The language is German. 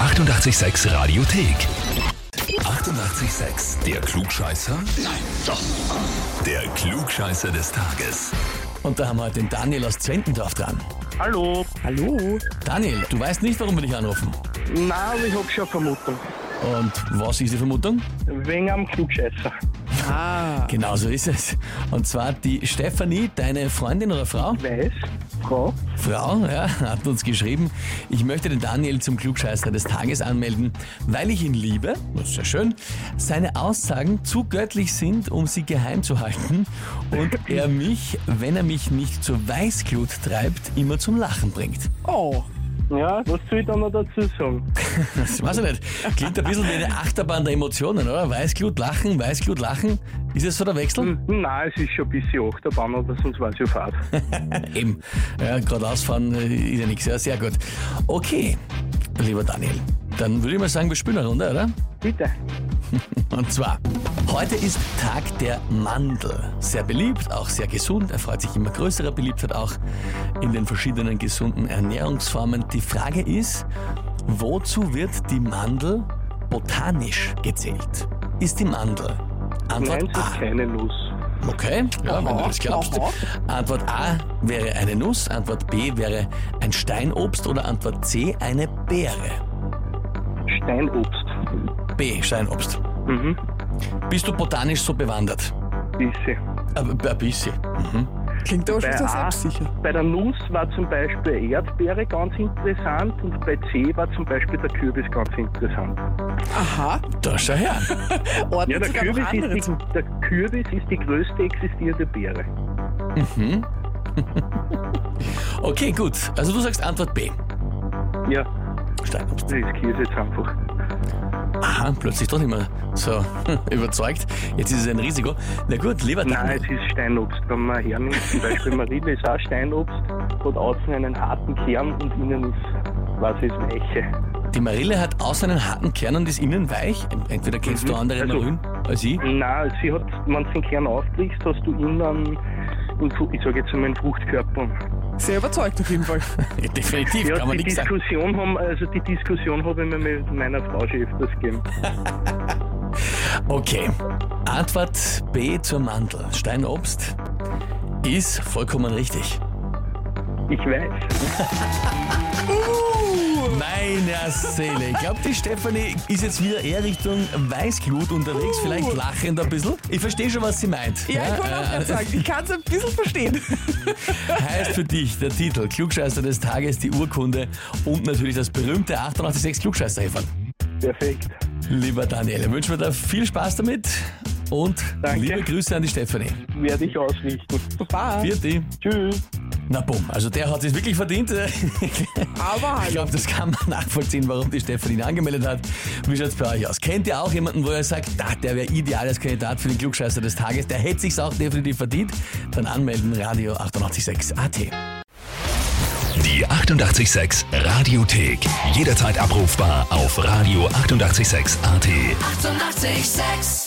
886 Radiothek. 88,6. Der Klugscheißer? Nein, doch. Der Klugscheißer des Tages. Und da haben wir heute den Daniel aus Zwentendorf dran. Hallo. Hallo? Daniel, du weißt nicht, warum wir dich anrufen. Na, aber ich hab schon eine Vermutung. Und was ist die Vermutung? Wegen am Klugscheißer. Ah, Genau so ist es. Und zwar die Stefanie, deine Freundin oder Frau? Weiß, Frau, Frau, ja, hat uns geschrieben, ich möchte den Daniel zum Klugscheißer des Tages anmelden, weil ich ihn liebe, das ist ja schön, seine Aussagen zu göttlich sind, um sie geheim zu halten und er mich, wenn er mich nicht zur Weißglut treibt, immer zum Lachen bringt. oh. ja, was soll ich da noch dazu sagen? Das weiß ich nicht. Klingt ein bisschen wie eine Achterbahn der Emotionen, oder? Weißglut, Lachen, Weißglut, Lachen. Ist es so der Wechsel? Hm, Na, es ist schon ein bisschen Achterbahn, aber sonst war es ja Fahrt. Eben. Ja, gerade ausfahren äh, ist ja nichts. Ja, sehr gut. Okay, lieber Daniel. Dann würde ich mal sagen, wir spielen eine Runde, oder? Bitte. Und zwar, heute ist Tag der Mandel. Sehr beliebt, auch sehr gesund. Er freut sich immer größerer Beliebtheit auch in den verschiedenen gesunden Ernährungsformen. Die Frage ist, wozu wird die Mandel botanisch gezählt? Ist die Mandel Antwort Nein, es A. ist keine Nuss. Okay, ja, wenn du Aha, das glaubst. aha. Antwort A wäre eine Nuss, Antwort B wäre ein Steinobst oder Antwort C eine Beere. Steinobst. B, Steinobst. Mhm. Bist du botanisch so bewandert? Bisschen. Äh, Ein bisschen. Mhm. Klingt aber schon Bei sehr A. selbstsicher. Bei der Nuss war zum Beispiel Erdbeere ganz interessant und bei C war zum Beispiel der Kürbis ganz interessant. Aha, Da schau her. ordnet Ja, der sich auch noch Kürbis, andere ist zu. die, der Kürbis ist die größte existierende Beere. Mhm. Okay, gut. Also du sagst Antwort B. Ja, Steinobst. das riskiere ich jetzt einfach. Aha, plötzlich doch nicht mehr so überzeugt. Jetzt ist es ein Risiko. Na gut, lieber Nein, Daniel. es ist Steinobst. Wenn man hernimmt, zum Beispiel Marille ist auch Steinobst, hat außen einen harten Kern und innen ist, was ist Weiche. Die Marille hat außen einen harten Kern und ist innen weich. Entweder kennst du Mhm. andere Also- Marillen als ich. Nein, sie hat, wenn du den Kern aufbrichst, hast du innen, einen, Fu- ich sage jetzt einmal einen Fruchtkörper. Sehr überzeugt auf jeden Fall. Definitiv, Ja, kann man die nichts sagen. Diskussion haben, also die Diskussion habe ich mir mit meiner Frau schon öfters gegeben. Okay. Antwort B zur Mandel. Steinobst ist vollkommen richtig. Ich weiß. Meiner Seele. Ich glaube, die Stefanie ist jetzt wieder eher Richtung Weißglut unterwegs, vielleicht lachend ein bisschen. Ich verstehe schon, was sie meint. Uh. Ja, ich wollte auch gerade sagen, ich kann es ein bisschen verstehen. Äh, Heißt für dich der Titel Klugscheißer des Tages, die Urkunde und natürlich das berühmte 886 klugscheißer -Häferl. Perfekt. Lieber Daniel, wünschen wir dir viel Spaß damit und Danke. liebe Grüße an die Stefanie. Werde ich ausrichten. Super. Vierte. Tschüss. Na bumm, also der hat es wirklich verdient. Aber Ich hallo. glaube, das kann man nachvollziehen, warum die Stefanie ihn angemeldet hat. Wie schaut's bei euch aus? Kennt ihr auch jemanden, wo ihr sagt, da, der wäre ideal als Kandidat für den Klugscheißer des Tages, der hätte sich's auch definitiv verdient? Dann anmelden, Radio 886 AT. Die 88,6 Radiothek. Jederzeit abrufbar auf radio886.at. 88,6. Eighty-eight, sex.